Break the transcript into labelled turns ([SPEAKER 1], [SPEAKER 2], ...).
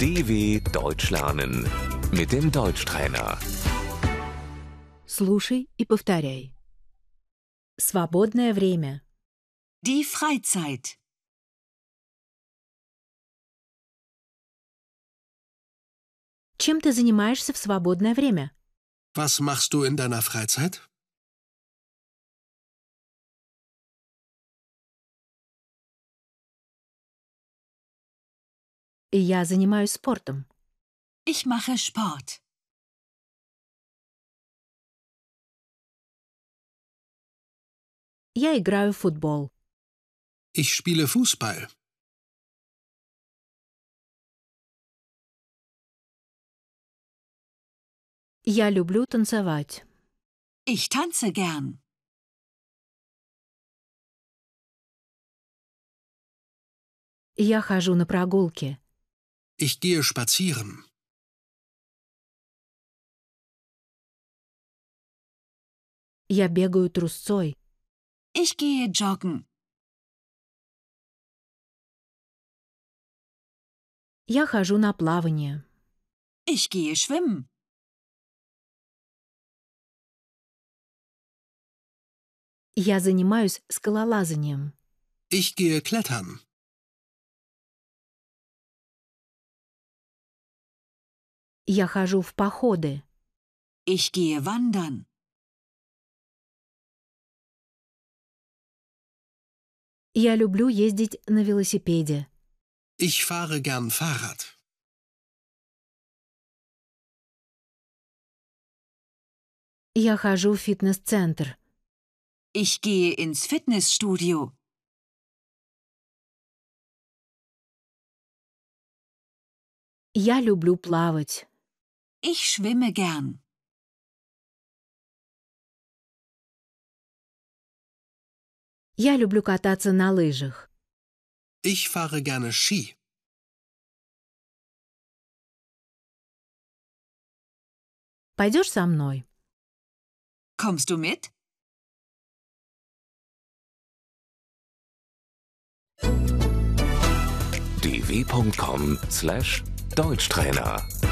[SPEAKER 1] DW Deutsch lernen mit dem Deutschtrainer.
[SPEAKER 2] Слушай и повторяй. Свободное время.
[SPEAKER 3] Die Freizeit.
[SPEAKER 2] Чем ты занимаешься в свободное время?
[SPEAKER 4] Was machst du in deiner Freizeit?
[SPEAKER 2] Я занимаюсь спортом.
[SPEAKER 3] Ich mache Sport.
[SPEAKER 2] Я играю в футбол.
[SPEAKER 4] Ich spiele Fußball.
[SPEAKER 2] Я люблю танцевать.
[SPEAKER 3] Ich tanze gern.
[SPEAKER 2] Я хожу на прогулки.
[SPEAKER 4] Ich gehe spazieren.
[SPEAKER 2] Я бегаю трусцой.
[SPEAKER 3] Ich gehe joggen.
[SPEAKER 2] Я хожу на плавание.
[SPEAKER 3] Ich gehe schwimmen.
[SPEAKER 2] Я занимаюсь скалолазанием.
[SPEAKER 4] Ich gehe klettern.
[SPEAKER 2] Я хожу в походы.
[SPEAKER 3] Ich gehe wandern.
[SPEAKER 2] Я люблю ездить на велосипеде.
[SPEAKER 4] Ich fahre gern Fahrrad.
[SPEAKER 2] Я хожу в фитнес-центр.
[SPEAKER 3] Ich gehe ins Fitnessstudio.
[SPEAKER 2] Я люблю плавать.
[SPEAKER 3] Ich schwimme gern.
[SPEAKER 2] Я люблю кататься на лыжах.
[SPEAKER 4] Ich fahre gerne Ski.
[SPEAKER 2] Пойдешь со мной?
[SPEAKER 3] Kommst du mit?
[SPEAKER 1] dw.com/deutschtrainer